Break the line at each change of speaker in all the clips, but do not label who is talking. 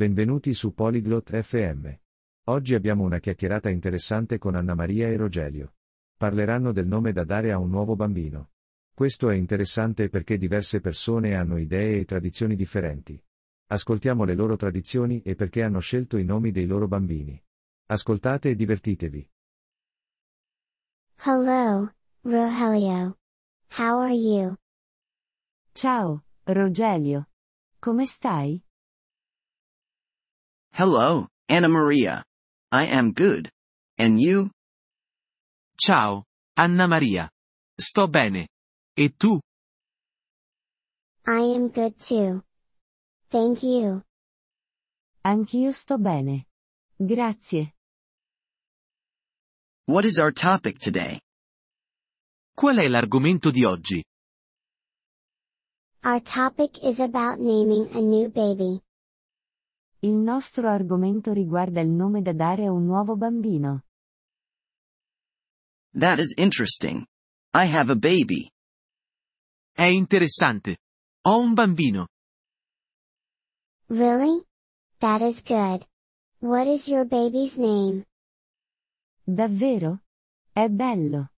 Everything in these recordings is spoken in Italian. Benvenuti su Polyglot FM. Oggi abbiamo una chiacchierata interessante con Anna Maria e Rogelio. Parleranno del nome da dare a un nuovo bambino. Questo è interessante perché diverse persone hanno idee e tradizioni differenti. Ascoltiamo le loro tradizioni e perché hanno scelto i nomi dei loro bambini. Ascoltate e divertitevi.
Hello, Rogelio. How are you?
Ciao, Rogelio. Come stai?
Hello, Anna Maria. I am good. And you?
Ciao, Anna Maria. Sto bene. E tu?
I am good too. Thank you.
Anch'io sto bene. Grazie.
What is our topic today?
Qual è l'argomento di oggi?
Our topic is about naming a new baby.
Il nostro argomento riguarda il nome da dare a un nuovo bambino.
That is interesting. I have a baby.
È interessante. Ho un bambino.
Really? That is good. What is your baby's name?
Davvero? È bello.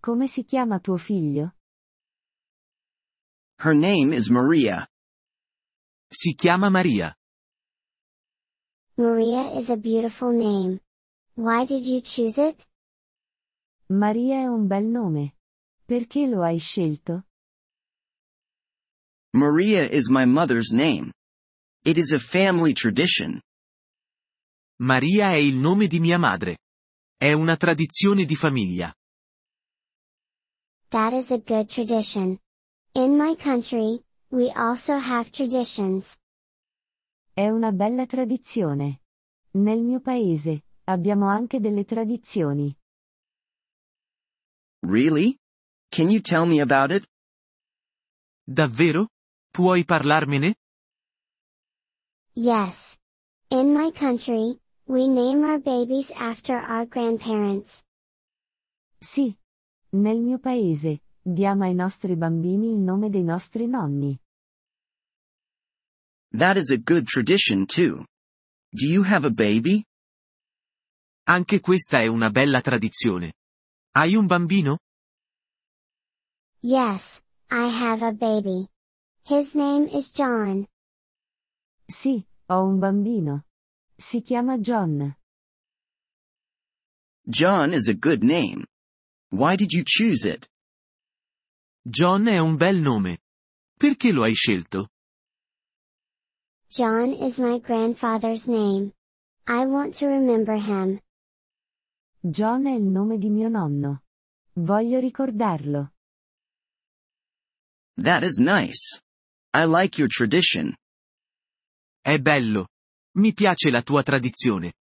Come si chiama tuo figlio?
Her name is Maria.
Si chiama Maria.
Maria is a beautiful name. Why did you choose it?
Maria è un bel nome. Perché lo hai scelto?
Maria is my mother's name. It is a family tradition.
Maria è il nome di mia madre. È una tradizione di famiglia.
That is a good tradition. In my country, we also have traditions.
È una bella tradizione. Nel mio paese, abbiamo anche delle tradizioni.
Really? Can you tell me about it?
Davvero? Puoi parlarmene?
Yes. In my country, we name our babies after our grandparents.
Sì. Nel mio paese, diamo ai nostri bambini il nome dei nostri nonni.
That is a good tradition too. Do you have a baby?
Anche questa è una bella tradizione. Hai un bambino?
Yes, I have a baby. His name is John.
Sì, ho un bambino. Si chiama John.
John is a good name. Why did you choose it?
John è un bel nome. Perché lo hai scelto?
John is my grandfather's name. I want to remember him.
John è il nome di mio nonno. Voglio ricordarlo.
That is nice. I like your tradition.
È bello. Mi piace la tua tradizione.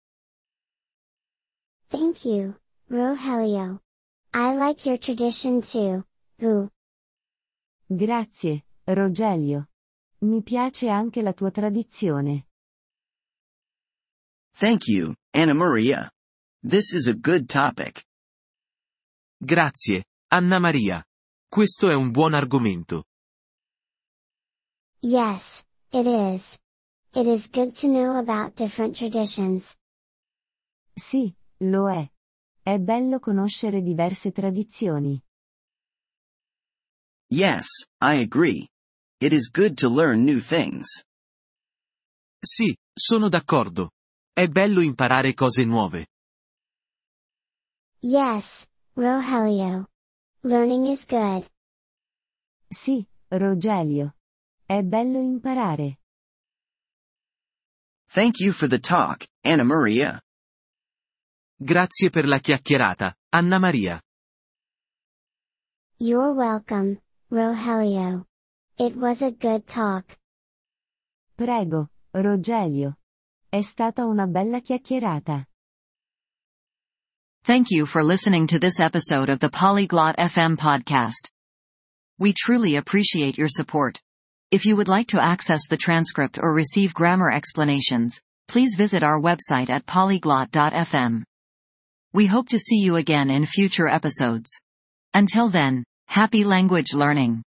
Thank you, Rogelio. I like your tradition too. Who?
Grazie, Rogelio. Mi piace anche la tua tradizione.
Thank you, Anna Maria. This is a good topic.
Grazie, Anna Maria. Questo è un buon argomento.
Yes, it is. It is good to know about different traditions.
Sì, lo è. È bello conoscere diverse tradizioni.
Yes, I agree. It is good to learn new things.
Sì, sono d'accordo. È bello imparare cose nuove.
Yes, Rogelio. Learning is good.
Sì, Rogelio. È bello imparare.
Thank you for the talk, Anna Maria.
Grazie per la chiacchierata, Anna Maria.
You're welcome, Rogelio. It was a good talk.
Prego, Rogelio. È stata una bella chiacchierata.
Thank you for listening to this episode of the Polyglot FM podcast. We truly appreciate your support. If you would like to access the transcript or receive grammar explanations, please visit our website at polyglot.fm. We hope to see you again in future episodes. Until then, happy language learning.